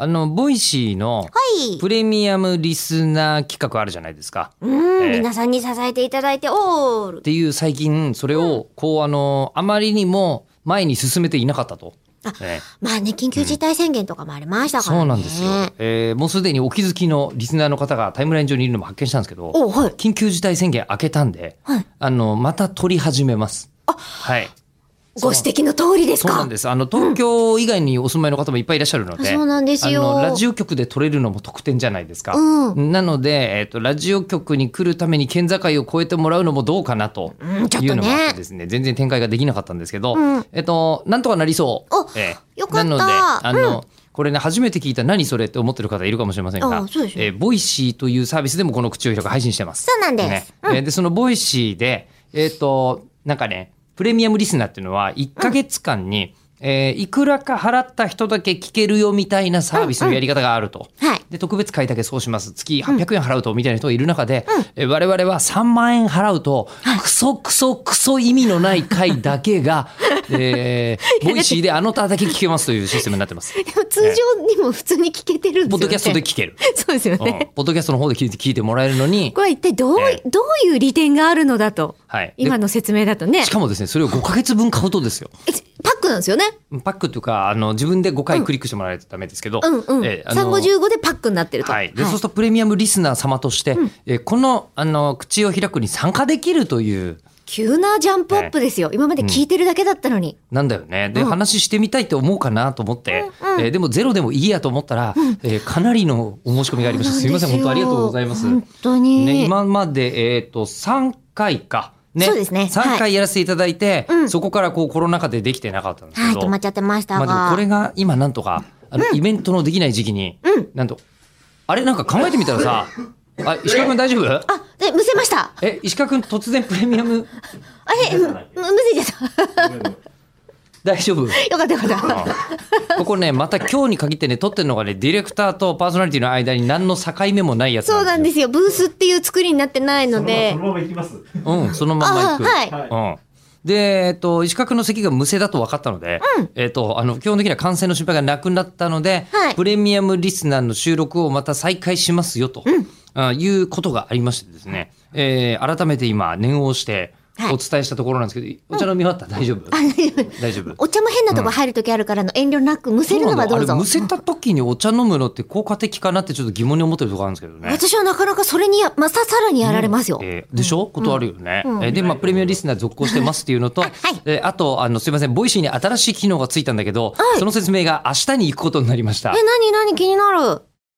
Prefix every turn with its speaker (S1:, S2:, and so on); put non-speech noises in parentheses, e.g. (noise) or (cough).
S1: あのボイシーの
S2: はい。
S1: プレミアムリスナー企画あるじゃないですか。
S2: うーん、
S1: ええ
S2: 皆さんに支えていただいて、おー
S1: っていう最近それをこうあのあまりにも前に進めていなかったと。ええ
S2: まあね、緊急事態宣言とかもありましたからね。
S1: そうなんですよ、えーもうすでにお気づきのリスナーの方がタイムライン上にいるのも発見したんですけど
S2: おはい
S1: 緊急事態宣言明けたんで、
S2: はい
S1: あのまた撮り始めます。はい、
S2: ご指摘の通りです
S1: そうな
S2: か
S1: ん。ですあの東京以外にお住まいの方もいっぱいいらっしゃるので
S2: そうなんですよ
S1: あのラジオ局で撮れるのも特典じゃないですか、
S2: う
S1: なので、えっとラジオ局に来るために県境を越えてもらうのもどうかなと
S2: んちょっとね
S1: いうのもあってですね全然展開ができなかったんですけど、
S2: うん
S1: えっとなんとかなりそう
S2: お
S1: ええ
S2: よかった
S1: なのであの、これね初めて聞いた何それって思ってる方いるかもしれませんが
S2: あそうですよ
S1: えーボイシーというサービスでもこの口を開く配信してます
S2: そうなんです
S1: ねえーでそのボイシーでえっ、となんかねプレミアムリスナーっていうのは1か月間に、えーいくらか払った人だけ聞けるよみたいなサービスのやり方があると、
S2: はい。
S1: で特別会だけそうします月800円払うとみたいな人がいる中で、え我々は3万円払うと、クソクソクソ意味のない会だけ
S2: (laughs)
S1: が、えーボイシーであの歌だけ聞けますというシステムになってます。
S2: (laughs) でも通常にも普通に聞けてるんですよね。
S1: ポッドキャストで聞け
S2: (laughs)
S1: る。
S2: そうですよ
S1: うん
S2: ね。
S1: ポッドキャストの方で聞いて聞いてもらえるのに
S2: こ、れは一体どうい、
S1: え
S2: どういう利点があるのだと。
S1: はい、で
S2: 今の説明だとね
S1: し。かもですねそれを5か月分買うとですよ
S2: えパックなんですよね。
S1: パックというかあの自分で5回クリックしてもらえないとダメですけど、
S2: うんうん。
S1: えーあの
S2: 355でパックになってると。
S1: はい、でそうするとプレミアムリスナー様として、えーこのあの口を開くに参加できるという
S2: 急なジャンプアップですよ。今まで聞いてるだけだったのに。
S1: なんだよねで、話してみたいって思うかなと思って、
S2: うん
S1: えーでもゼロでもいいやと思ったら、えーかなりのお申し込みがありましたすいません本当ありがとうございます。
S2: 本当に。
S1: ね、今まで、えー、と3回か、ね、
S2: そうですねは
S1: 3
S2: い
S1: 回やらせていただいて、
S2: うん
S1: そこからこうコロナ禍でできてなかったんです
S2: はい、
S1: けど、
S2: 止まっちゃってました
S1: ま
S2: が。
S1: あ、でもこれが今なんとかあの、イベントのできない時期に、
S2: うん
S1: なんとあれなんか考えてみたら
S2: (laughs)
S1: さあ石川君大丈夫
S2: あ、で、むせました。
S1: え石川君突然プレミアム
S2: あれ、む、むむせちゃった。
S1: 大丈夫
S2: よかったよかった。
S1: ここねまた今日に限ってね撮ってるのがねディレクターとパーソナリティの間に何の境目もないやつ
S2: そうなんですよ。ブースっていう作りになってないので。
S3: そのまま行きます。
S1: うん、そのまま行く。
S2: あはい
S1: うんで、えっと、石川君の席が無声だと分かったので、えっと、あの、基本的には感染の心配がなくなったので、
S2: はい
S1: プレミアムリスナーの収録をまた再開しますよと、あいうことがありましてですね、えー改めて今、念を押して
S2: はい
S1: お伝えしたところなんですけど、お茶飲み終わった大丈夫大丈夫
S2: お茶も変なとこ入るときあるからの遠慮なく、むせるのはどう
S1: あ
S2: ぞ。
S1: れ、むせた時にお茶飲むのって効果的かなってちょっと疑問に思ってるところあるんですけどね。
S2: 私はなかなかそれにや、まささらにやられますよ。
S1: えーでしょ、ことあるよね。えーで、まあ、プレミアムリスナー続行してますっていうのと、えーあと、あの、すいません、ボイシーに新しい機能がついたんだけど、その説明が明日に行くことになりました
S2: え、。なになに気になる。